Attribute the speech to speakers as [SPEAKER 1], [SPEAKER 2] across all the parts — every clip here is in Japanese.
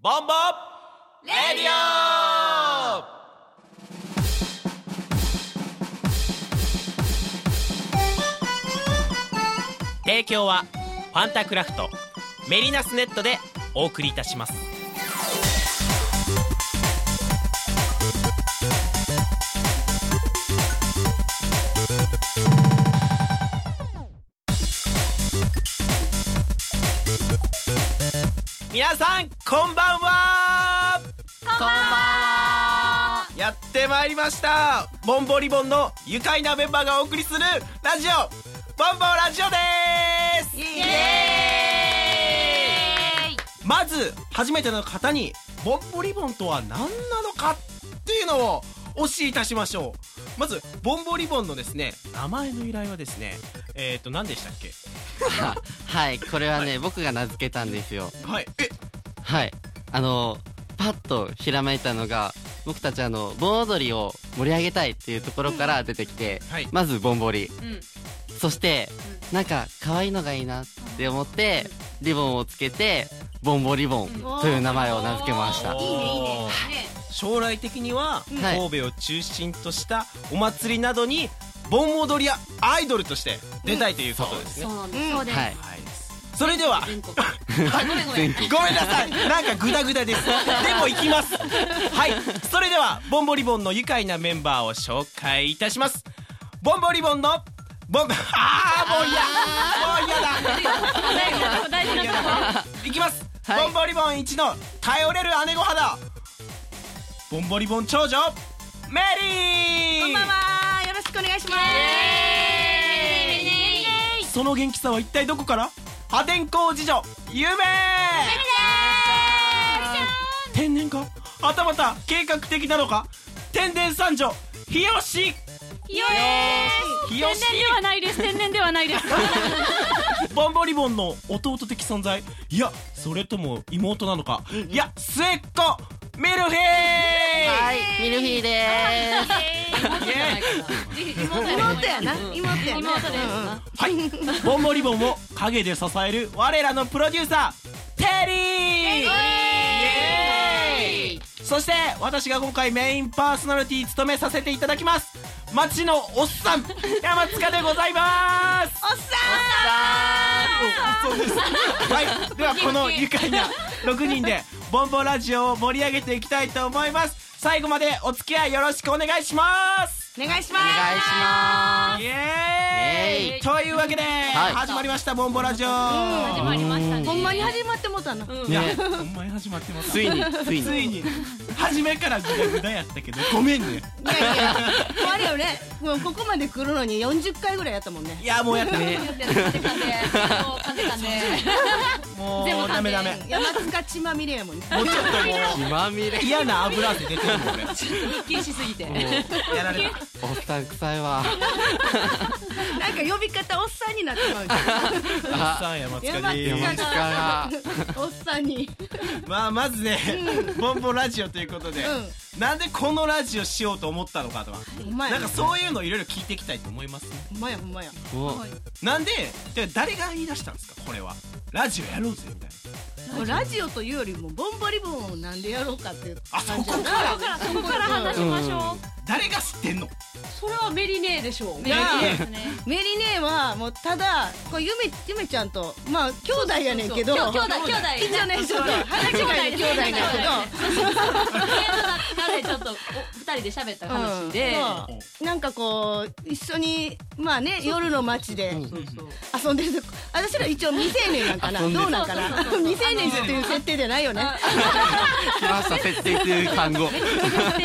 [SPEAKER 1] ボンボレディオ提供はファンタクラフトメリナスネットでお送りいたします皆さんこんばんは
[SPEAKER 2] こんばんは
[SPEAKER 1] やってまいりましたボンボリボンの愉快なメンバーがお送りするラジオボンボラジオです
[SPEAKER 2] イエーイ
[SPEAKER 1] まず初めての方にボンボリボンとは何なのかっていうのをお教えいたしましょうまずボンボリボンのですね名前の由来はですねえっ、ー、と何でしたっけ
[SPEAKER 3] は はいこれはね、僕が名付けたんですよ
[SPEAKER 1] はいえ
[SPEAKER 3] はいあのパッとひらめいたのが僕たちあの盆踊りを盛り上げたいっていうところから出てきて、
[SPEAKER 1] はい
[SPEAKER 3] まずぼんぼり
[SPEAKER 2] うん
[SPEAKER 3] そしてなんか可愛いのがいいなって思ってリボンをつけてぼんぼリボンという名前を名付けました
[SPEAKER 1] お
[SPEAKER 2] いいねいいね
[SPEAKER 1] 将来的には
[SPEAKER 2] うん
[SPEAKER 3] はい
[SPEAKER 1] 神戸を中心としたお祭りなどに盆踊りやアイドルとして出たいということですね、
[SPEAKER 4] そうなんです。そうです。
[SPEAKER 3] はい
[SPEAKER 1] はいそれでは
[SPEAKER 4] 全国。
[SPEAKER 2] ごめんごめん
[SPEAKER 3] 全
[SPEAKER 2] い
[SPEAKER 3] 国
[SPEAKER 1] ごめんなさいなんかグダグダですでも行きますはいそれではボンボリボンの愉快なメンバーを紹介いたしますボンボリボンのボンああもう嫌もう嫌だ
[SPEAKER 4] 大丈夫大丈夫
[SPEAKER 1] いきます、
[SPEAKER 3] はい
[SPEAKER 1] ボンボリボン一の頼れる姉御肌ボンボリボン長女メリー
[SPEAKER 2] こんばんはよろしくお願いします
[SPEAKER 4] イエーイ
[SPEAKER 2] イエーイイエーイ
[SPEAKER 1] その元気さは一体どこから破天荒次女ゆめ天然かはたまた計画的なのか天然三女日吉
[SPEAKER 4] イエーイ
[SPEAKER 1] 日
[SPEAKER 4] 天
[SPEAKER 1] 吉
[SPEAKER 4] 然ではないです。天然ではないです。
[SPEAKER 1] ボンボリボンの弟的存在いやそれとも妹なのか、いや末っ子ミルフィー
[SPEAKER 3] はいミルフィーでーす
[SPEAKER 1] イエーイ
[SPEAKER 2] 妹やな妹やな
[SPEAKER 4] 妹です
[SPEAKER 1] はい、 ボンボリボンを陰で支える我らのプロデューサーテリーイエーイそして私が今回メインパーソナリティ務めさせていただきます町のおっさん山塚でございます
[SPEAKER 2] おっさ
[SPEAKER 1] そうですはいではこの愉快な6人でボンボラジオを盛り上げていきたいと思います最後までお付き合いよろしくお願いします
[SPEAKER 2] んお願いしま
[SPEAKER 3] お願いしま
[SPEAKER 1] イ
[SPEAKER 3] す
[SPEAKER 1] エーイ
[SPEAKER 3] イエーイ
[SPEAKER 1] というわけで、
[SPEAKER 3] はい
[SPEAKER 1] 始まりましたボンボラジオ、
[SPEAKER 4] 始まりましたね。
[SPEAKER 2] すほんまに始まってもうたな
[SPEAKER 4] うん
[SPEAKER 1] いや、
[SPEAKER 3] ね
[SPEAKER 1] ほんまに始まってます。
[SPEAKER 3] ついについに
[SPEAKER 1] ついに、初めからグダグダやったけど、ごめんね。
[SPEAKER 2] いやいやもうあれよねもうここまで来るのに40回ぐらいやったもんね
[SPEAKER 1] いや、もうやったね。
[SPEAKER 4] 勝てたね。勝てたね。
[SPEAKER 1] も
[SPEAKER 4] 全部
[SPEAKER 1] う、ダ
[SPEAKER 4] 完
[SPEAKER 1] メ
[SPEAKER 4] 全
[SPEAKER 1] ダメ。
[SPEAKER 2] 山塚血まみれやもんね
[SPEAKER 1] もうちょっと
[SPEAKER 3] 血
[SPEAKER 1] も
[SPEAKER 3] まみれ
[SPEAKER 1] う、嫌な油汗出てるもんね。
[SPEAKER 4] 一気にしすぎて。
[SPEAKER 3] も
[SPEAKER 1] やられた。
[SPEAKER 3] うおっさん臭いわ
[SPEAKER 2] なんか呼び方おっさんになってまうじゃん
[SPEAKER 1] おっさん山塚で
[SPEAKER 3] 山
[SPEAKER 1] す。
[SPEAKER 3] 塚が
[SPEAKER 2] おっさんに
[SPEAKER 1] まあ、まずね、ボンボラジオということで、
[SPEAKER 2] う
[SPEAKER 1] なんでこのラジオしようと思ったのかとか、
[SPEAKER 2] ほんま
[SPEAKER 1] な
[SPEAKER 2] や
[SPEAKER 1] んかそういうのいろいろ聞いていきたいと思いますね。
[SPEAKER 2] ほんまやほんまや
[SPEAKER 3] もう
[SPEAKER 1] なんで、で誰が言い出したんですか、これは。ラジオやろうぜ、みたいな。
[SPEAKER 2] もうラジオというよりもボンボリボンをなんでやろうかっていう
[SPEAKER 1] あそこ
[SPEAKER 2] 感じやな
[SPEAKER 4] そこからそこから話しましょう。
[SPEAKER 1] 誰が知ってんの
[SPEAKER 4] それはメリネーでしょう。
[SPEAKER 2] メリネ
[SPEAKER 4] ですね。
[SPEAKER 2] メリネはもうただこうゆめゆめちゃんとまあ兄弟やねんけど
[SPEAKER 4] 兄弟兄弟。
[SPEAKER 2] 一応ねちょっと話がね兄弟なんや
[SPEAKER 4] 彼ちょっとお二人で喋った話
[SPEAKER 2] け
[SPEAKER 4] で。
[SPEAKER 2] ど、うんそうなんかこう一緒にまあね夜の街で
[SPEAKER 4] そうそう。
[SPEAKER 2] 遊んでる私ら一応未成年なんかなど
[SPEAKER 3] 遊
[SPEAKER 2] うん
[SPEAKER 3] でる
[SPEAKER 2] なんか
[SPEAKER 4] そ
[SPEAKER 2] な
[SPEAKER 4] うそうそうそう
[SPEAKER 2] 未成年っていう設定じゃないよね
[SPEAKER 3] 来ました設定という単語
[SPEAKER 1] とか、な
[SPEAKER 2] 設定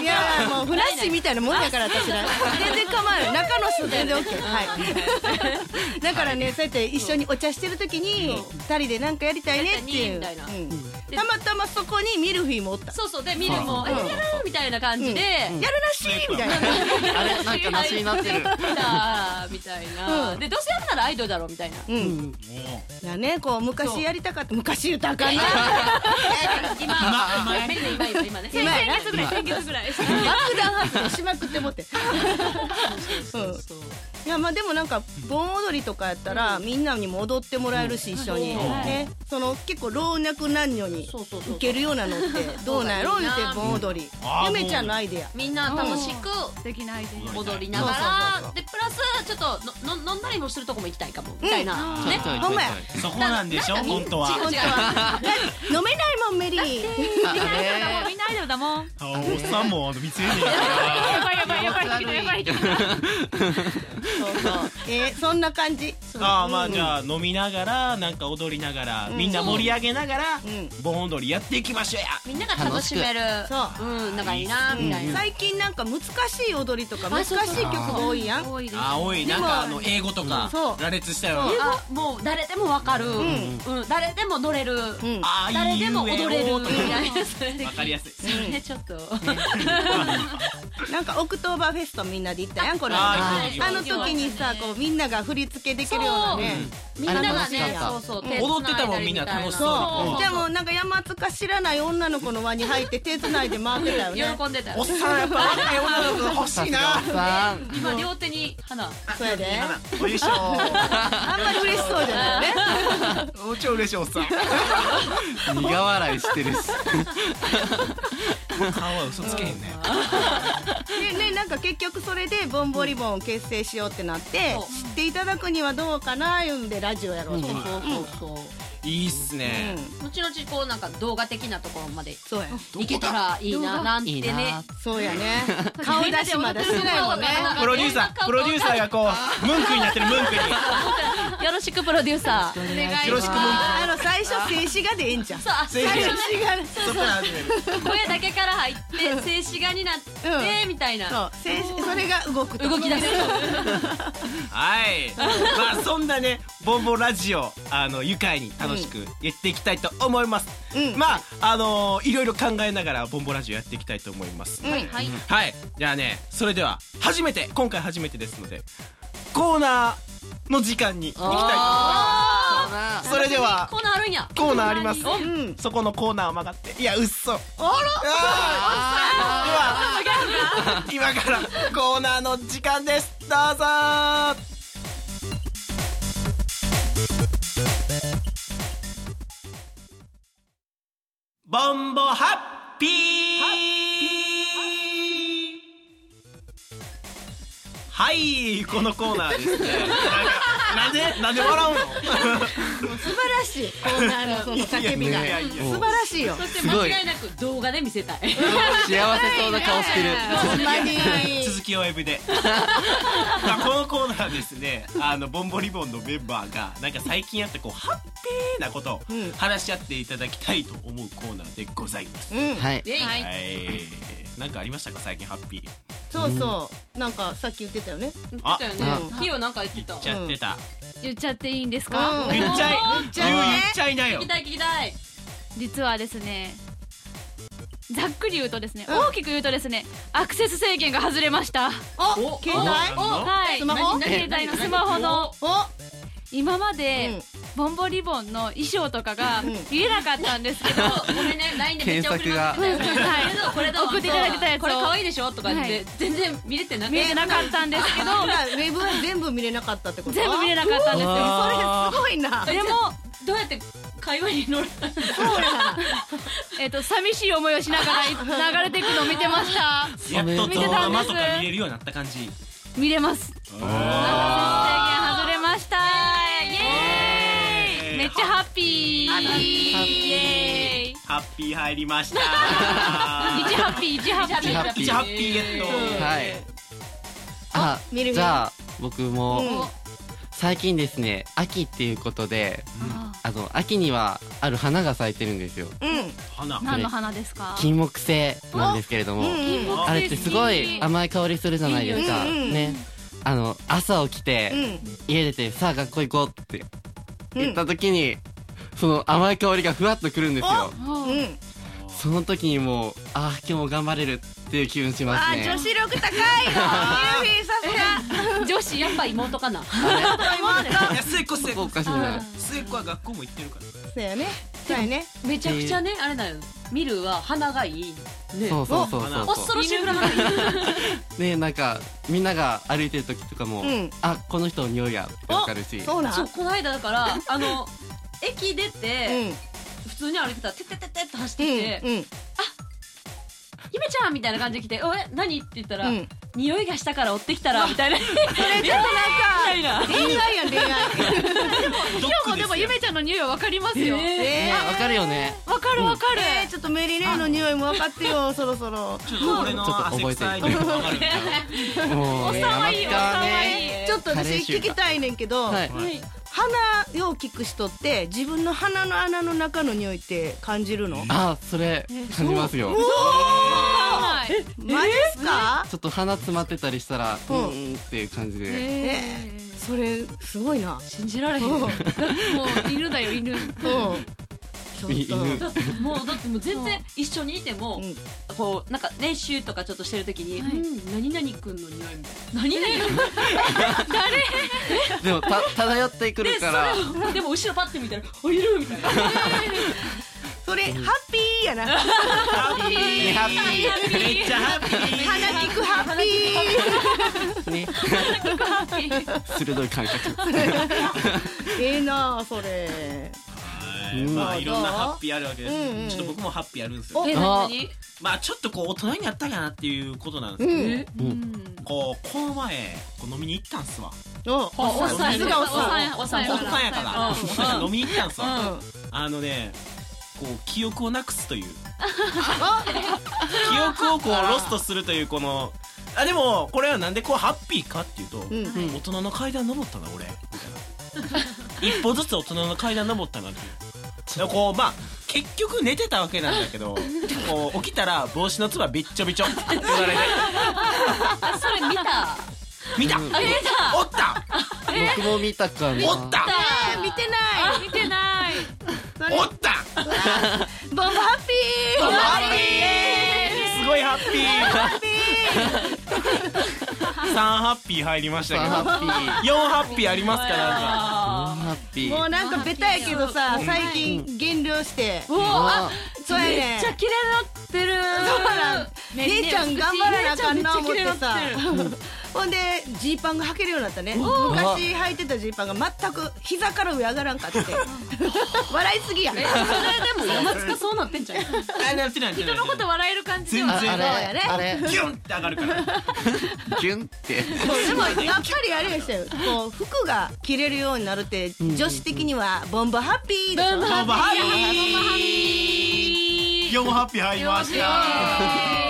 [SPEAKER 1] ん
[SPEAKER 2] い
[SPEAKER 1] か
[SPEAKER 2] や。もうフラッシュみたいなもんだから私ら全然構わない中の人全然 OK はいだからねそうやって一緒にお茶してる時に二人で何かやりたいねっていう
[SPEAKER 4] やりたいねみたいな
[SPEAKER 2] うんたまたまそこにミルフィーもおった
[SPEAKER 4] そうそうで見るも「えやる?」みたいな感じで
[SPEAKER 2] やるらしいみたいな
[SPEAKER 3] あれなんかなしになって
[SPEAKER 4] 「来
[SPEAKER 3] る
[SPEAKER 4] た」みたいなでどうせやるならアイドルだろみたいな
[SPEAKER 2] うん、
[SPEAKER 3] うん
[SPEAKER 2] いやねこう昔やりたかった昔言うたらあかんな
[SPEAKER 4] 今今今今今ね
[SPEAKER 2] 今やな
[SPEAKER 5] 先月ぐらい先月ぐらい
[SPEAKER 2] 爆弾発言しまくってもってうんいやまあでもなんか盆踊りとかやったらみんなにも踊ってもらえるし一緒に
[SPEAKER 4] うん
[SPEAKER 2] ねその結構老若男女に
[SPEAKER 4] そうそうそう
[SPEAKER 2] 受けるようなのってどうなんやろう言って盆踊り
[SPEAKER 1] あー
[SPEAKER 2] ゆめちゃんのアイデア
[SPEAKER 4] みんな楽しく
[SPEAKER 5] 素敵なアイデア
[SPEAKER 4] 踊りながらでプラスちょっとのの飲んだりもするとこも行きたいかもみたいな
[SPEAKER 3] ちょい
[SPEAKER 4] ね
[SPEAKER 3] ちょいちょい
[SPEAKER 2] ほんまや
[SPEAKER 1] そこなんでしょ
[SPEAKER 4] なんか
[SPEAKER 1] 本当は
[SPEAKER 4] 違う 違う
[SPEAKER 2] 飲めないもんメリー
[SPEAKER 3] あね
[SPEAKER 5] みんなアイドルだもん
[SPEAKER 1] あおっさんも見せねえ
[SPEAKER 5] やばいやばいやばいやばいやばい
[SPEAKER 2] そうそうえーそんな感じ
[SPEAKER 1] ああまあじゃあ飲みながらなんか踊りながらみんな盛り上げながら
[SPEAKER 2] ん
[SPEAKER 1] 盆踊りやっていきましょうや
[SPEAKER 4] みんなが楽しめる
[SPEAKER 2] そう
[SPEAKER 4] うんなんかいいなみたいな
[SPEAKER 2] 最近なんか難しい踊りとか難しい曲が多いやん
[SPEAKER 5] 多いです
[SPEAKER 1] あおいなんかあの英語とか
[SPEAKER 2] そう
[SPEAKER 1] 羅列したよな
[SPEAKER 4] あもう誰でもわかるうん誰でも乗れる
[SPEAKER 2] うん
[SPEAKER 1] ああ
[SPEAKER 4] 誰でも踊れる
[SPEAKER 1] わ
[SPEAKER 4] みたいなそれで
[SPEAKER 1] かりやすい
[SPEAKER 4] ねちょっと
[SPEAKER 2] なんかオクトーバーフェストみんなで行ったやんこの
[SPEAKER 1] あ
[SPEAKER 2] 間
[SPEAKER 1] ー行きま
[SPEAKER 2] あ
[SPEAKER 1] し
[SPEAKER 2] の時にさこうみんなが振り付けできるようなね
[SPEAKER 4] みんなが
[SPEAKER 3] あれ楽し
[SPEAKER 4] ね
[SPEAKER 3] かった
[SPEAKER 4] そうそう
[SPEAKER 1] 踊ってたもんみんな楽しそう
[SPEAKER 2] そうじゃあもうなんか山塚知らない女の子の輪に入って手つないで回ってたよね
[SPEAKER 4] 喜んでた
[SPEAKER 1] おっさんやっぱ若い女の子欲しいな
[SPEAKER 3] さすがさん
[SPEAKER 4] 今両手に花
[SPEAKER 2] そうやで
[SPEAKER 1] おいしょ
[SPEAKER 2] あんまり嬉しそうじゃないよね
[SPEAKER 1] お超嬉しいおっさん
[SPEAKER 3] 苦笑いしてるし
[SPEAKER 1] 顔は嘘つけへんね
[SPEAKER 2] でねなんか結局それでボンボリボンを結成しようってなって
[SPEAKER 4] そう
[SPEAKER 2] 知っていただくにはどうかな言うんでラジオやろうって
[SPEAKER 4] そうそうそうそう
[SPEAKER 1] いいっすね
[SPEAKER 4] 後々こうなんか動画的なところまで
[SPEAKER 2] そうや
[SPEAKER 4] いけたらいいななんて
[SPEAKER 3] いい
[SPEAKER 4] ね
[SPEAKER 3] な
[SPEAKER 2] そうやね顔出しまだしてないもんね
[SPEAKER 4] そう
[SPEAKER 1] プロデューサープロデューサーがこうムンクになってるムンクに
[SPEAKER 4] よろしくプロデューサー
[SPEAKER 5] お願い
[SPEAKER 1] よろしくムン
[SPEAKER 2] あの最初静止画でええんじゃん
[SPEAKER 4] そうあ
[SPEAKER 1] 静
[SPEAKER 4] 静
[SPEAKER 1] 止
[SPEAKER 2] 最
[SPEAKER 1] 画
[SPEAKER 2] 初
[SPEAKER 4] 止
[SPEAKER 2] 静止画で
[SPEAKER 1] クそこから始める
[SPEAKER 4] 声だけから入って静止画になって
[SPEAKER 2] うん
[SPEAKER 4] みたい
[SPEAKER 2] そ
[SPEAKER 4] な
[SPEAKER 2] う静止それが動くと
[SPEAKER 4] 動き出す
[SPEAKER 1] はい、まあそんなねボンボンラジオあの愉快に楽しくやっていきたいと思います、
[SPEAKER 2] うん
[SPEAKER 1] まああのーいろいろ考えながらボンボンラジオやっていきたいと思います、
[SPEAKER 2] うん
[SPEAKER 4] はいはい
[SPEAKER 1] はいじゃあねそれでは初めて今回初めてですのでコーナーの時間に行きたいと思い
[SPEAKER 3] あ
[SPEAKER 1] ますそれでは
[SPEAKER 4] こうなるんや
[SPEAKER 1] コーナーあります
[SPEAKER 4] お
[SPEAKER 2] うん
[SPEAKER 1] そこのコーナーを曲がっていやうっそ
[SPEAKER 2] あら
[SPEAKER 1] あーでは今からコーナーの時間ですどうぞボンボハッピーはいこのコーナーですねなんかなんでなんで笑
[SPEAKER 2] 素晴らしいコーナーのその
[SPEAKER 1] うの
[SPEAKER 2] 叫び
[SPEAKER 1] い
[SPEAKER 2] が
[SPEAKER 1] やいやいや
[SPEAKER 3] うん
[SPEAKER 2] 素晴らしいよ
[SPEAKER 4] そして間違いなく動画で見せたい
[SPEAKER 3] 幸せそうな顔してる
[SPEAKER 2] ほんまに
[SPEAKER 1] 続きをウェブでまあこのコーナーはですねあのボンボリボンのメンバーがなんか最近あったこうハッピーなことを
[SPEAKER 2] うん
[SPEAKER 1] 話し合っていただきたいと思うコーナーでございます、
[SPEAKER 2] うん
[SPEAKER 3] はい
[SPEAKER 1] は、
[SPEAKER 4] はいい
[SPEAKER 1] なんかありましたか最近ハッピー
[SPEAKER 2] そうそうなんかさっき言ってたよね
[SPEAKER 4] 言ってたよ
[SPEAKER 3] あ
[SPEAKER 4] ねヒヨなんか言ってた
[SPEAKER 1] 言っちゃってた、
[SPEAKER 5] 言っちゃっていいんです
[SPEAKER 2] う
[SPEAKER 5] か
[SPEAKER 2] ん
[SPEAKER 1] 言っちゃい言っ
[SPEAKER 2] ちゃいね
[SPEAKER 1] ちゃいなよ
[SPEAKER 4] 聞きたい聞きたい
[SPEAKER 5] 実はですねざっくり言うとですね、
[SPEAKER 2] うん
[SPEAKER 5] 大きく言うとですねアクセス制限が外れました
[SPEAKER 2] お携帯
[SPEAKER 1] お
[SPEAKER 5] はい
[SPEAKER 2] スマホ
[SPEAKER 5] 携帯のスマホの
[SPEAKER 2] お
[SPEAKER 5] 今ま
[SPEAKER 2] う
[SPEAKER 5] で
[SPEAKER 2] ん
[SPEAKER 5] ボンボリボンの衣装とかが
[SPEAKER 2] うん
[SPEAKER 5] 見れなかったんで すけど、
[SPEAKER 4] そうごめんね LINE でめっちゃ送りまくって
[SPEAKER 5] 検索が
[SPEAKER 4] たよこれどうこれどう
[SPEAKER 5] 送っていただいてたやつを
[SPEAKER 4] これ可愛いでしょとか言って、
[SPEAKER 5] はい
[SPEAKER 4] 全然見れてなく
[SPEAKER 5] 見れてなかったんですけど
[SPEAKER 2] ほらウェブは全部見れなかったってこと
[SPEAKER 5] 全部見れ
[SPEAKER 2] な
[SPEAKER 5] なかったんです
[SPEAKER 3] うわ
[SPEAKER 5] よ
[SPEAKER 2] それがすごいな
[SPEAKER 5] でも、
[SPEAKER 4] どうやって会話に乗る
[SPEAKER 2] そうや
[SPEAKER 5] えっと寂しい思いをしながら流れていくのを見てました
[SPEAKER 1] やっと
[SPEAKER 5] 見て
[SPEAKER 1] ド
[SPEAKER 5] た
[SPEAKER 1] ラ
[SPEAKER 5] ん
[SPEAKER 1] マ
[SPEAKER 5] です
[SPEAKER 1] とか見れるようになった感じ
[SPEAKER 5] 見れます制限外れましたイエーイめっちゃハッピーイエーイ
[SPEAKER 1] ハッピー入りました
[SPEAKER 5] 一ハッピー一ハッピー
[SPEAKER 3] ハッピー
[SPEAKER 1] 一ハッピーゲット、
[SPEAKER 3] はいあ
[SPEAKER 2] 見る見る
[SPEAKER 3] じゃあ僕も、
[SPEAKER 2] うん
[SPEAKER 3] 最近ですね秋っていうことであの秋にはある花が咲いてるんですよ
[SPEAKER 2] うん
[SPEAKER 1] 花
[SPEAKER 5] 何の花ですか
[SPEAKER 3] 金木犀なんですけれども、
[SPEAKER 2] うん
[SPEAKER 3] あれってすごい甘い香りするじゃないですか、
[SPEAKER 2] うんうんうん
[SPEAKER 3] ねあの朝起きて、
[SPEAKER 2] うん
[SPEAKER 3] 家出てさあ学校行こうって
[SPEAKER 2] うん
[SPEAKER 3] 言った時に、その甘い香りがふわっとくるんですよ
[SPEAKER 5] お
[SPEAKER 2] うん
[SPEAKER 1] お
[SPEAKER 3] その時にもうああ今日も頑張れるってっていう気分します
[SPEAKER 2] あ
[SPEAKER 3] ね。
[SPEAKER 2] 女子力高い
[SPEAKER 1] あ
[SPEAKER 2] ユーフィーさすが
[SPEAKER 4] 女子やっぱ妹かな。
[SPEAKER 1] いや末っ子末っ
[SPEAKER 3] お
[SPEAKER 1] 子
[SPEAKER 3] かしいな。
[SPEAKER 1] 末っ子は学校も行ってるから
[SPEAKER 2] そうやねそうやね
[SPEAKER 4] めちゃくちゃね、あれだよ。ミルは鼻がいい。ね。
[SPEAKER 3] そうそうそうそう。
[SPEAKER 4] 恐ろしいぐらい鼻がいい。
[SPEAKER 3] ねなんかみんなが歩いてる時とかも、
[SPEAKER 2] うん
[SPEAKER 3] あこの人の匂いやってわかるし
[SPEAKER 2] そうなん
[SPEAKER 4] そう、この間だから、あの、駅出て、
[SPEAKER 2] う
[SPEAKER 4] 普通に歩いてたら、てってってって走って
[SPEAKER 2] ん
[SPEAKER 4] きて、
[SPEAKER 2] うんうん
[SPEAKER 4] ゆめちゃんみたいな感じで来て、おえ、何って言ったら、
[SPEAKER 2] うん
[SPEAKER 4] 匂いがしたから追ってきたら、みたいな。それ
[SPEAKER 2] ちょっ
[SPEAKER 4] みたいな。
[SPEAKER 2] となんか恋愛やん恋愛
[SPEAKER 1] ど
[SPEAKER 5] 今日もでもゆめちゃんの匂いわかりますよ。
[SPEAKER 4] え
[SPEAKER 2] え
[SPEAKER 3] ねわかるよね
[SPEAKER 5] わかるわかる。
[SPEAKER 2] えーちょっとメリーレイの匂いも分かってよそろそろ
[SPEAKER 1] ちょっと俺の汗臭いの分かる
[SPEAKER 3] もうね
[SPEAKER 5] 可愛い
[SPEAKER 3] なかなか
[SPEAKER 5] お可愛い
[SPEAKER 3] ね
[SPEAKER 2] ちょっと
[SPEAKER 3] カレ
[SPEAKER 2] 私
[SPEAKER 3] ー臭
[SPEAKER 2] 聞きたいねんけど、
[SPEAKER 3] はい
[SPEAKER 4] はい
[SPEAKER 2] 鼻よう聞く人って自分の鼻の穴の中の匂いって感じるの
[SPEAKER 3] あそれ感じますよ
[SPEAKER 5] わかんない。
[SPEAKER 2] マジっすか、
[SPEAKER 3] ちょっと鼻詰まってたりしたらう
[SPEAKER 2] うん
[SPEAKER 3] ーんっていう感じで
[SPEAKER 2] え
[SPEAKER 5] え
[SPEAKER 2] それすごいな
[SPEAKER 5] ー信じられへん。
[SPEAKER 2] うん
[SPEAKER 5] もう犬だよ犬。
[SPEAKER 2] うん
[SPEAKER 3] い
[SPEAKER 2] ちょっ
[SPEAKER 3] 犬
[SPEAKER 4] だってもうだってもう全然一緒にいても、
[SPEAKER 2] とうん
[SPEAKER 4] こうなんか練習とかちょっとしてる時に、
[SPEAKER 5] はい
[SPEAKER 4] うん、何々くんの匂いみたいな何々
[SPEAKER 3] でも た漂ってくるから
[SPEAKER 4] くん でも後ろパッて見たら「あいる」みたいな
[SPEAKER 2] それハッピーやな
[SPEAKER 3] ねハッ
[SPEAKER 1] めっちゃハッピー
[SPEAKER 2] 鼻聞くハッピ
[SPEAKER 3] ピーね鋭い感覚
[SPEAKER 2] ーええなそれ
[SPEAKER 1] まあいろんなハッピーあるわけ
[SPEAKER 2] うんう
[SPEAKER 1] で
[SPEAKER 2] ん
[SPEAKER 1] すちょっと僕もハッピーあるんですよ
[SPEAKER 2] お
[SPEAKER 4] え
[SPEAKER 3] あ
[SPEAKER 4] 何
[SPEAKER 1] まあちょっとこう大人になったかなっていうことなんです
[SPEAKER 2] う
[SPEAKER 1] けど
[SPEAKER 2] ん
[SPEAKER 4] え
[SPEAKER 5] うん。
[SPEAKER 1] こうこの前こう飲みに行ったんすわ
[SPEAKER 2] お
[SPEAKER 4] あおっさん
[SPEAKER 2] さすがおっさん
[SPEAKER 4] んおっさん
[SPEAKER 1] おっさんやからおっさん飲みに行ったんす
[SPEAKER 4] う
[SPEAKER 1] わ
[SPEAKER 4] ん
[SPEAKER 1] あのねこう記憶をなくすという
[SPEAKER 2] あ
[SPEAKER 1] 記憶をこうロストするというこのあでもこれはなんでこうハッピーかっていうと、
[SPEAKER 2] うん
[SPEAKER 3] ん
[SPEAKER 1] 大人の階段登ったな俺みたいな一歩ずつ大人の階段登ったなっていうだからこうまあ結局寝てたわけなんだけどこう起きたら帽子のつばびっちょびちょって言われて
[SPEAKER 4] あそれ 見た
[SPEAKER 1] 見た、
[SPEAKER 3] うん
[SPEAKER 4] あ見た
[SPEAKER 1] おった
[SPEAKER 3] 僕も見たかな
[SPEAKER 1] おった
[SPEAKER 2] えー見てない
[SPEAKER 5] 見てない。
[SPEAKER 2] それ
[SPEAKER 1] おった
[SPEAKER 2] ボンバハッピ
[SPEAKER 1] ボ
[SPEAKER 2] ー
[SPEAKER 1] ンバハッピーすごいハッピー
[SPEAKER 2] ハッピー
[SPEAKER 1] 3ハッピー入りまし
[SPEAKER 3] さあ
[SPEAKER 1] た
[SPEAKER 3] ハ
[SPEAKER 1] けど
[SPEAKER 3] ッピー
[SPEAKER 1] 4ハッピーありますからなんか
[SPEAKER 4] あ
[SPEAKER 3] ハッピ
[SPEAKER 2] もう
[SPEAKER 3] ー
[SPEAKER 2] なんかベタやけどさ最近減量して
[SPEAKER 4] ーうわあ
[SPEAKER 2] そうやね
[SPEAKER 4] めっちゃ綺麗になってる
[SPEAKER 2] そうなん
[SPEAKER 5] ね
[SPEAKER 2] 姉ちゃん頑張らなあかんな思ってさ
[SPEAKER 4] 姉ちゃんめっちゃ綺麗になってる
[SPEAKER 2] ほんでジーパンが履けるようになったね
[SPEAKER 3] ん
[SPEAKER 2] 昔履いてたジーパンが全く膝から上上がらんかって 笑いすぎや
[SPEAKER 4] え
[SPEAKER 2] ね
[SPEAKER 4] それでも山塚そうなってんじゃん
[SPEAKER 1] あなってないなってない
[SPEAKER 5] 人のこと笑える感じで
[SPEAKER 1] 全
[SPEAKER 5] は。
[SPEAKER 3] ああれ
[SPEAKER 1] 然
[SPEAKER 2] やね
[SPEAKER 3] あれ
[SPEAKER 1] ギュンって上がるから
[SPEAKER 3] ギュンって
[SPEAKER 2] でも やっぱりあれでしたよこう服が着れるようになるって女子的にはボンバハッピーでしょ
[SPEAKER 1] ボンバハッピー4ハッピー入りました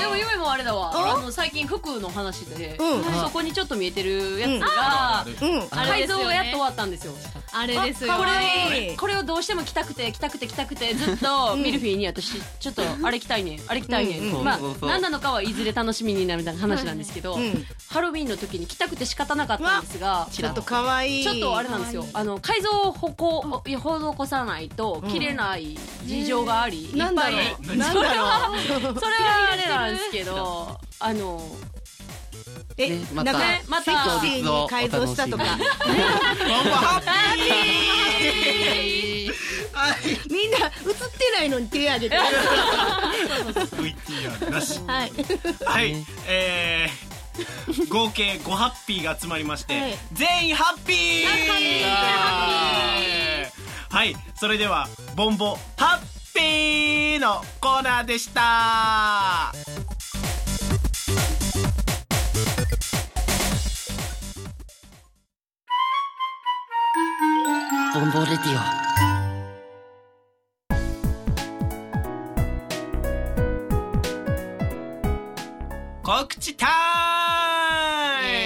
[SPEAKER 4] でも夢もあれだわ
[SPEAKER 2] お
[SPEAKER 4] あの最近服の話で、
[SPEAKER 2] うん
[SPEAKER 4] そこにちょっと見えてるやつが、
[SPEAKER 2] うん
[SPEAKER 4] 改造をやっと終わったんですよ
[SPEAKER 5] あれですよ
[SPEAKER 2] あ
[SPEAKER 4] こ
[SPEAKER 2] かわい
[SPEAKER 5] ね。
[SPEAKER 2] い
[SPEAKER 4] れをこれをどうしても着たくて着たくて着たくてずっとミルフィーに私ちょっとあれ着たいねあれ着たいね、
[SPEAKER 2] うん
[SPEAKER 3] うん
[SPEAKER 4] まあ
[SPEAKER 3] そうそうそう
[SPEAKER 4] 何なのかはいずれ楽しみになるみたいな話なんですけど、
[SPEAKER 2] うん
[SPEAKER 4] ハロウィンの時に着たくて仕方なかったんですが
[SPEAKER 2] ちょっと可愛い
[SPEAKER 4] ちょっとあれなんですよあの改造をほこいや施さないと着れない事情があり、いっ
[SPEAKER 2] なんだ
[SPEAKER 4] ぱい
[SPEAKER 2] ろうなん
[SPEAKER 4] それ
[SPEAKER 2] だ
[SPEAKER 4] は
[SPEAKER 2] ろう
[SPEAKER 4] それはあれなんですけどあの
[SPEAKER 2] え
[SPEAKER 3] ねま
[SPEAKER 2] なん
[SPEAKER 3] た
[SPEAKER 2] か
[SPEAKER 4] ねま
[SPEAKER 2] セ
[SPEAKER 4] た
[SPEAKER 2] クシーに改造したとか
[SPEAKER 3] お
[SPEAKER 1] ボ
[SPEAKER 3] 楽し
[SPEAKER 1] ンバハッピーはい
[SPEAKER 2] みんな映ってないのに手挙げて
[SPEAKER 1] VTR なし
[SPEAKER 2] はい
[SPEAKER 1] はい、えー、合計5ハッピーが集まりまして、
[SPEAKER 2] はい
[SPEAKER 1] 全員ハッピーはいそれではボンボハッピーのコーナーでした
[SPEAKER 3] ボンボレディ
[SPEAKER 1] 告知タイムイエ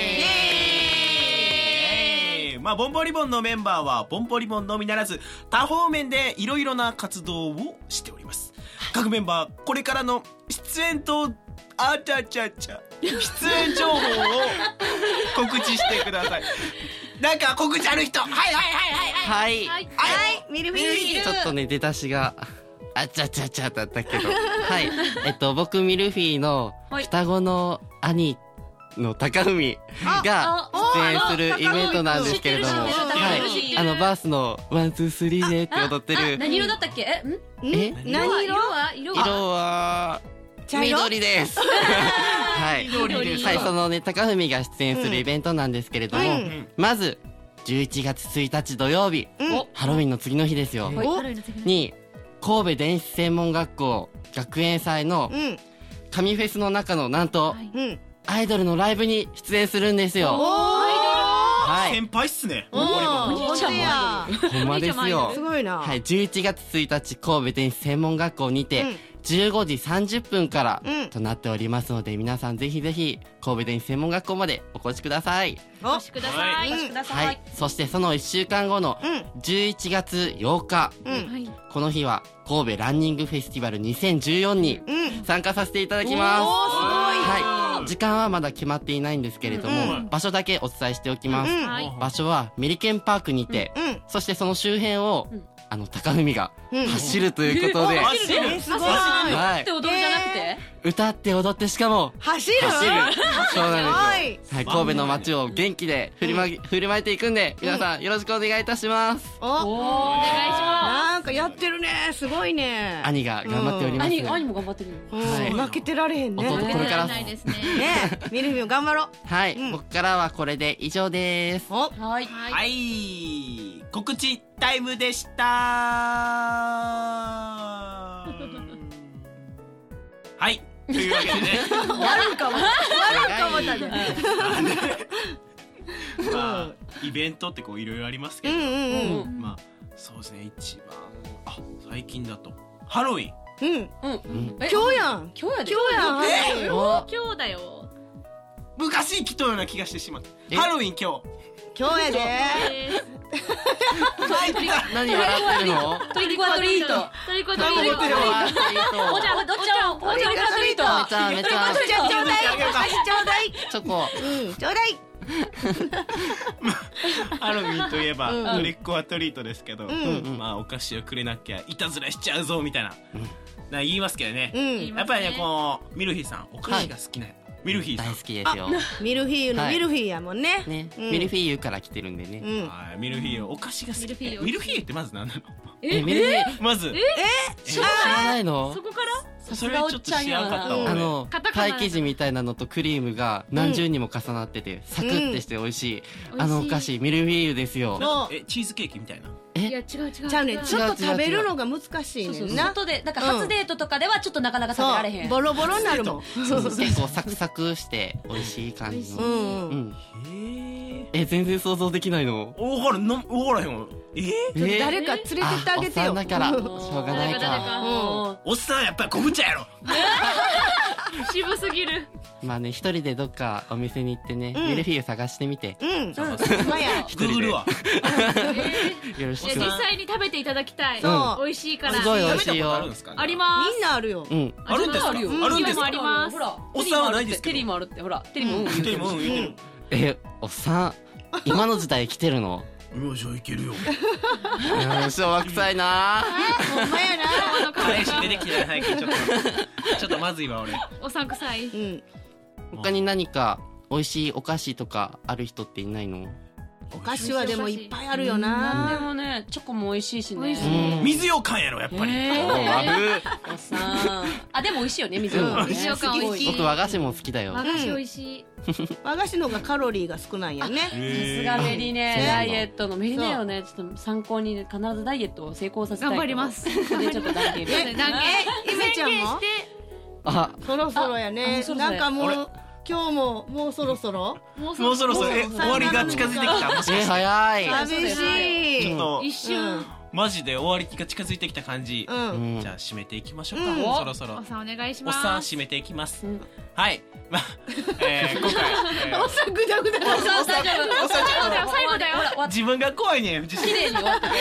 [SPEAKER 1] ーイまあ、ボンボリボンのメンバーはボンボリボンのみならず多方面でいろいろな活動をしております各メンバーこれからの出演とあちゃちゃちゃ出演情報を告知してくださいなんか告知ある人はいはいはいはい
[SPEAKER 3] オは
[SPEAKER 1] はい
[SPEAKER 3] い
[SPEAKER 2] ミルフィーユ
[SPEAKER 3] ちょっとね出だしがあちゃちゃちゃだった けどはいえっと僕ミルフィーの
[SPEAKER 5] はい
[SPEAKER 3] 双子の兄の高海が出演するイベントなんですけれども
[SPEAKER 5] 知ってる知ってる
[SPEAKER 3] はい
[SPEAKER 5] 高海知ってる
[SPEAKER 3] あのバースの「ワンツースリーで」って
[SPEAKER 4] あ
[SPEAKER 3] 踊って
[SPEAKER 4] あ
[SPEAKER 3] る
[SPEAKER 4] 何色だったっけえん
[SPEAKER 3] え
[SPEAKER 2] ん何色
[SPEAKER 4] は色は
[SPEAKER 3] 色は
[SPEAKER 2] 茶色
[SPEAKER 3] 緑です はい
[SPEAKER 1] 緑です
[SPEAKER 3] はいそのね高文が出演するイベントなんですけれども、
[SPEAKER 2] うん
[SPEAKER 1] うん
[SPEAKER 3] まず11月1日土曜日、
[SPEAKER 2] うん
[SPEAKER 3] おハロウィンの次の日ですよ、
[SPEAKER 2] お
[SPEAKER 5] ハロウィンの次の日
[SPEAKER 3] に神戸電子専門学校学園祭の
[SPEAKER 2] うん
[SPEAKER 3] 神フェスの中のなんと
[SPEAKER 5] はい
[SPEAKER 2] うん
[SPEAKER 3] アイドルのライブに出演するんですよ
[SPEAKER 2] お
[SPEAKER 3] はい
[SPEAKER 1] 先輩っすね
[SPEAKER 2] お
[SPEAKER 4] お兄ちゃんも
[SPEAKER 2] も
[SPEAKER 3] ほんまです
[SPEAKER 5] お
[SPEAKER 3] よ
[SPEAKER 5] 兄
[SPEAKER 2] すごいな
[SPEAKER 3] はい11月1日神戸電子専門学校にて、
[SPEAKER 2] うん
[SPEAKER 3] 15時30分から
[SPEAKER 2] うん
[SPEAKER 3] となっておりますので、皆さんぜひぜひ神戸電子専門学校までお越しください
[SPEAKER 5] お
[SPEAKER 2] お
[SPEAKER 5] 越しください
[SPEAKER 2] はい
[SPEAKER 5] お越しください
[SPEAKER 3] はい、そしてその1週間後の
[SPEAKER 2] う
[SPEAKER 3] 11月8日、
[SPEAKER 2] んうん
[SPEAKER 5] はい
[SPEAKER 3] この日は神戸ランニングフェスティバル2014に
[SPEAKER 2] うん
[SPEAKER 3] 参加させていただきます。
[SPEAKER 2] おーすごい
[SPEAKER 3] はい、時間はまだ決まっていないんですけれども、
[SPEAKER 1] うん
[SPEAKER 3] 場所だけお伝えしておきます。
[SPEAKER 2] うん
[SPEAKER 5] はい
[SPEAKER 3] 場所はメリケンパークにて、
[SPEAKER 2] うん
[SPEAKER 3] そしてその周辺を、
[SPEAKER 4] うん
[SPEAKER 3] あの高文が
[SPEAKER 2] うん
[SPEAKER 3] 走るということ で、
[SPEAKER 1] あ走る
[SPEAKER 2] えすごい
[SPEAKER 3] は
[SPEAKER 4] っ
[SPEAKER 3] い
[SPEAKER 4] て、踊るじゃなくて
[SPEAKER 3] 歌って踊ってしかも
[SPEAKER 2] 走る
[SPEAKER 3] 走る。そうなんですよ。
[SPEAKER 2] す
[SPEAKER 3] はい、神戸の街を元気で振りま、振りまいていくんで、皆さんよろしくお願いいたします。
[SPEAKER 2] お
[SPEAKER 4] お
[SPEAKER 5] お願いしま
[SPEAKER 2] なんかやってるねすごいね
[SPEAKER 3] 兄が頑張っております。
[SPEAKER 4] 兄兄も頑張ってるの
[SPEAKER 2] うん
[SPEAKER 3] はい
[SPEAKER 2] 負けてられへんね
[SPEAKER 3] 弟
[SPEAKER 5] す
[SPEAKER 3] これから
[SPEAKER 5] 負けてられないですね
[SPEAKER 2] ねミルフィーも頑張ろう
[SPEAKER 3] はい、
[SPEAKER 2] うん
[SPEAKER 3] 僕からはこれで以上です。
[SPEAKER 2] お
[SPEAKER 4] はい
[SPEAKER 1] はい、告知タイムでしたはいというわけでね
[SPEAKER 3] はい
[SPEAKER 1] まあイベントってこういろいろありますけ
[SPEAKER 2] うん
[SPEAKER 1] ど、
[SPEAKER 2] うんうん
[SPEAKER 1] まあそうですね一番あ最近だとハロウィン
[SPEAKER 2] うん
[SPEAKER 4] うん
[SPEAKER 3] ん
[SPEAKER 4] え
[SPEAKER 2] 今日やん
[SPEAKER 4] 今日やで
[SPEAKER 2] 今日やんはい
[SPEAKER 3] お
[SPEAKER 5] 今日だよ
[SPEAKER 1] 昔生きとるような気がしてしまった
[SPEAKER 3] え
[SPEAKER 1] ハロウィン今
[SPEAKER 2] 今日やで
[SPEAKER 3] 何笑ってるの？
[SPEAKER 4] トリックオアトリート
[SPEAKER 5] トリコト
[SPEAKER 1] 何も
[SPEAKER 5] リ
[SPEAKER 1] 持
[SPEAKER 5] ー
[SPEAKER 1] ってる
[SPEAKER 5] ト
[SPEAKER 1] わ
[SPEAKER 5] お茶どっちゃんお
[SPEAKER 4] お茶の
[SPEAKER 5] 茶お茶
[SPEAKER 4] アトリート
[SPEAKER 3] めちゃめちゃ
[SPEAKER 2] ちょちょうだいお菓子ちょうだい
[SPEAKER 3] チョコ。
[SPEAKER 2] うんちょうだい
[SPEAKER 1] 日ハロウィンといえば、
[SPEAKER 2] うん
[SPEAKER 1] トリックオアトリートですけど、
[SPEAKER 2] ん
[SPEAKER 1] まあお菓子をくれなきゃいたずらしちゃうぞみたいな、なんか言いますけどね、
[SPEAKER 2] うん
[SPEAKER 1] やっぱりねこのミルフィーさんお菓子が好きな、ミルフィーさ
[SPEAKER 3] 大
[SPEAKER 1] ん
[SPEAKER 3] 好きですよ。
[SPEAKER 2] ミルフィーユのミルフィーユやもんね
[SPEAKER 3] ね、
[SPEAKER 2] うん
[SPEAKER 3] ミルフィーユから来てるんで
[SPEAKER 2] う
[SPEAKER 3] ね。
[SPEAKER 2] ん
[SPEAKER 1] はいミルフィーユお菓子が好き
[SPEAKER 5] ミルフィーユ
[SPEAKER 1] えミルフィーユってまず何なの
[SPEAKER 3] え、ミルフィーユ
[SPEAKER 1] まず
[SPEAKER 3] 知らないの
[SPEAKER 5] そ？こから
[SPEAKER 1] それはちょっと知らんかったわ
[SPEAKER 2] うん
[SPEAKER 1] 俺
[SPEAKER 3] あの
[SPEAKER 5] カタカナ
[SPEAKER 3] パイ生地みたいなのとクリームが何重にも重なっててサクッてして美味しい
[SPEAKER 5] うん
[SPEAKER 3] あのお菓子ミルフィーユですよ
[SPEAKER 2] そう
[SPEAKER 1] なんかえチーズケーキみたいない
[SPEAKER 5] や違う違う
[SPEAKER 2] ちゃうね
[SPEAKER 5] 違
[SPEAKER 2] ちょっと食べるのが難しい
[SPEAKER 4] そう
[SPEAKER 2] ね
[SPEAKER 4] そうん
[SPEAKER 2] な
[SPEAKER 4] 外でだから初デートとかではちょっとなかなか食べられへん
[SPEAKER 2] ボロボロになるもん
[SPEAKER 3] 結構サクサクして美味しい感じ
[SPEAKER 2] う
[SPEAKER 3] の。
[SPEAKER 2] ん
[SPEAKER 3] う
[SPEAKER 2] うん
[SPEAKER 3] ん。
[SPEAKER 1] へえ
[SPEAKER 3] え、全然想像できないの。
[SPEAKER 1] 分からんな分からへんわえー
[SPEAKER 3] え
[SPEAKER 2] ちょっと
[SPEAKER 3] ー
[SPEAKER 2] 誰か連れてってあげて
[SPEAKER 3] あ
[SPEAKER 2] よ
[SPEAKER 3] おっさんだからし
[SPEAKER 4] おー
[SPEAKER 3] ょうがない
[SPEAKER 5] 誰か
[SPEAKER 3] か
[SPEAKER 5] 誰か
[SPEAKER 4] うん
[SPEAKER 1] おっさんやっぱり昆布茶やろ
[SPEAKER 5] 渋すぎる
[SPEAKER 3] まあね一人でどっかお店に行ってね、
[SPEAKER 2] うん
[SPEAKER 3] ミルフィーユ探してみて
[SPEAKER 2] うん
[SPEAKER 1] そう
[SPEAKER 2] まあや
[SPEAKER 1] グーグルは
[SPEAKER 3] よろし
[SPEAKER 5] いや
[SPEAKER 3] く
[SPEAKER 5] 実際に食べていただきたい
[SPEAKER 2] そう
[SPEAKER 5] 美味しいから
[SPEAKER 3] すごいよ
[SPEAKER 1] 食べたことあるんですか
[SPEAKER 5] ありま
[SPEAKER 2] みんなあるよ
[SPEAKER 3] う。ん
[SPEAKER 1] あるんですか
[SPEAKER 4] あるよ
[SPEAKER 1] あるんです
[SPEAKER 5] 今も
[SPEAKER 1] か
[SPEAKER 5] あります
[SPEAKER 4] ほら
[SPEAKER 1] おっさんはないですけど
[SPEAKER 4] テリーもあるってほらテリーもうん言
[SPEAKER 1] 言
[SPEAKER 4] う
[SPEAKER 1] っててる
[SPEAKER 4] る
[SPEAKER 1] もん言ってる
[SPEAKER 3] えおっさん今の時代生きてるの
[SPEAKER 1] もんうんじゃあいけるよ
[SPEAKER 3] うん昭和臭いな
[SPEAKER 2] ほんまやな。
[SPEAKER 5] すの香
[SPEAKER 1] 彼
[SPEAKER 5] り
[SPEAKER 1] 氏出て
[SPEAKER 5] が
[SPEAKER 1] きてない最近ちょっとちょっとまずいわ俺
[SPEAKER 5] おさんくさい
[SPEAKER 2] うん。
[SPEAKER 3] 他に何か美味しいお菓子とかある人っていないの
[SPEAKER 2] お菓子はでもいっぱいあるよな。
[SPEAKER 4] でもねチョコも美味しいしね
[SPEAKER 5] 美味しい
[SPEAKER 3] うん
[SPEAKER 1] 水羊羹やろやっぱり
[SPEAKER 4] え
[SPEAKER 3] お
[SPEAKER 4] ー
[SPEAKER 3] わぶ
[SPEAKER 4] おっさんあでも美味しいよね水
[SPEAKER 3] うん
[SPEAKER 2] 水
[SPEAKER 4] よ
[SPEAKER 2] ようかん美味しい
[SPEAKER 3] 僕和菓子も好きだよ
[SPEAKER 5] 和菓子美味しい
[SPEAKER 2] 和菓子の方がカロリーが少ないよね。
[SPEAKER 4] さす
[SPEAKER 1] へ
[SPEAKER 4] が
[SPEAKER 1] ー
[SPEAKER 4] メリね
[SPEAKER 3] そうな
[SPEAKER 4] ダ
[SPEAKER 3] の
[SPEAKER 4] イエットのメリねよねちょっと参考に必ずダイエットを成功させたいと
[SPEAKER 5] 頑張ります
[SPEAKER 4] ここ でちょっと断言
[SPEAKER 5] え断
[SPEAKER 2] え、イメちゃんも
[SPEAKER 5] して
[SPEAKER 3] あ
[SPEAKER 2] そろそろや
[SPEAKER 4] ああもう
[SPEAKER 2] ね
[SPEAKER 4] そ。ろそろ
[SPEAKER 2] なん
[SPEAKER 4] や
[SPEAKER 2] かも
[SPEAKER 1] あれ
[SPEAKER 2] う、今日ももうそろそろ
[SPEAKER 5] もう
[SPEAKER 1] もうそろそろえ
[SPEAKER 5] もう
[SPEAKER 1] 終わりが近づいてきたもしか
[SPEAKER 3] え
[SPEAKER 1] して
[SPEAKER 3] 早い
[SPEAKER 2] 寂しい。
[SPEAKER 1] ちょっと
[SPEAKER 5] 一
[SPEAKER 2] う
[SPEAKER 5] 瞬
[SPEAKER 2] ん
[SPEAKER 1] マジで終わりが近づいてきた感じ
[SPEAKER 2] う、ん。
[SPEAKER 3] うん
[SPEAKER 1] じゃあ締めていきましょう
[SPEAKER 2] うん
[SPEAKER 1] か、そろそ
[SPEAKER 5] お
[SPEAKER 1] ろ
[SPEAKER 5] さんお願いし
[SPEAKER 1] お
[SPEAKER 5] ま
[SPEAKER 1] っ
[SPEAKER 5] す
[SPEAKER 1] さん締めていきます、
[SPEAKER 4] うん
[SPEAKER 1] はい、まあえー、今回、えー
[SPEAKER 2] おさぐだぐだだ。
[SPEAKER 4] おっさん大丈夫
[SPEAKER 1] おっさん
[SPEAKER 5] 最後だよ最後だよ
[SPEAKER 4] ほら終わった
[SPEAKER 1] 自分が怖いね自身
[SPEAKER 4] 綺麗に終わった
[SPEAKER 1] はい、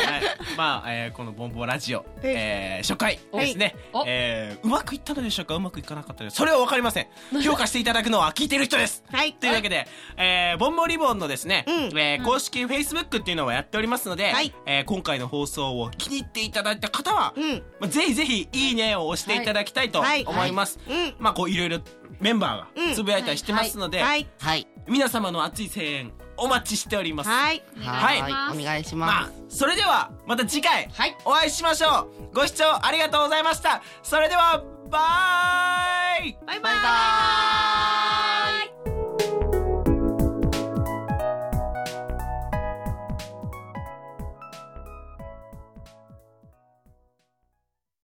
[SPEAKER 1] まあ、えー、この「ボンボラジオ」えー、初回ですね
[SPEAKER 4] はいお、
[SPEAKER 1] えー、うまくいったのでしょうかうまくいかなかったのでそれは分かりません評価していただくのは聞いてる人です
[SPEAKER 2] はい。
[SPEAKER 1] というわけで、えーボンボリボンのですね、
[SPEAKER 2] うん
[SPEAKER 1] えー公式 Facebook っていうのをやっておりますので、
[SPEAKER 2] はい
[SPEAKER 1] えー今回の放送送を気に入っていただいた方は、
[SPEAKER 2] うん
[SPEAKER 1] まあ、ぜひぜひいいねを押していただきたいと
[SPEAKER 2] はい
[SPEAKER 1] 思います。
[SPEAKER 2] うん
[SPEAKER 1] まあこういろいろメンバー
[SPEAKER 2] うん
[SPEAKER 1] がつぶやいたりしてますので、
[SPEAKER 2] はい
[SPEAKER 3] はい
[SPEAKER 1] 皆様の熱い声援お待ちしております。
[SPEAKER 2] はい
[SPEAKER 3] はいお願いし
[SPEAKER 1] ま
[SPEAKER 3] ま
[SPEAKER 1] あ
[SPEAKER 3] す
[SPEAKER 1] それではまた次回
[SPEAKER 3] はい
[SPEAKER 1] お会いしましょう。ご視聴ありがとうございました。それではバイ。
[SPEAKER 2] バ
[SPEAKER 3] バ
[SPEAKER 2] イバイ
[SPEAKER 3] イバーイ